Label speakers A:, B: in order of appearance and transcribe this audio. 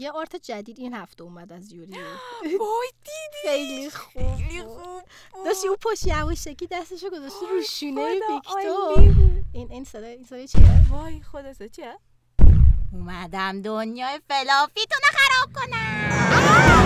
A: یه آرت جدید این هفته اومد از یوری
B: وای دیدی
A: خیلی خوب
B: خیلی
A: بود.
B: خوب
A: داشتی اون پشت یواشکی دستشو گذاشته رو شونه
B: عالی
A: ویکتور
B: بود.
A: این این صدا این صدای چیه
B: وای خدا چه
C: اومدم دنیای فلافیتون رو خراب کنم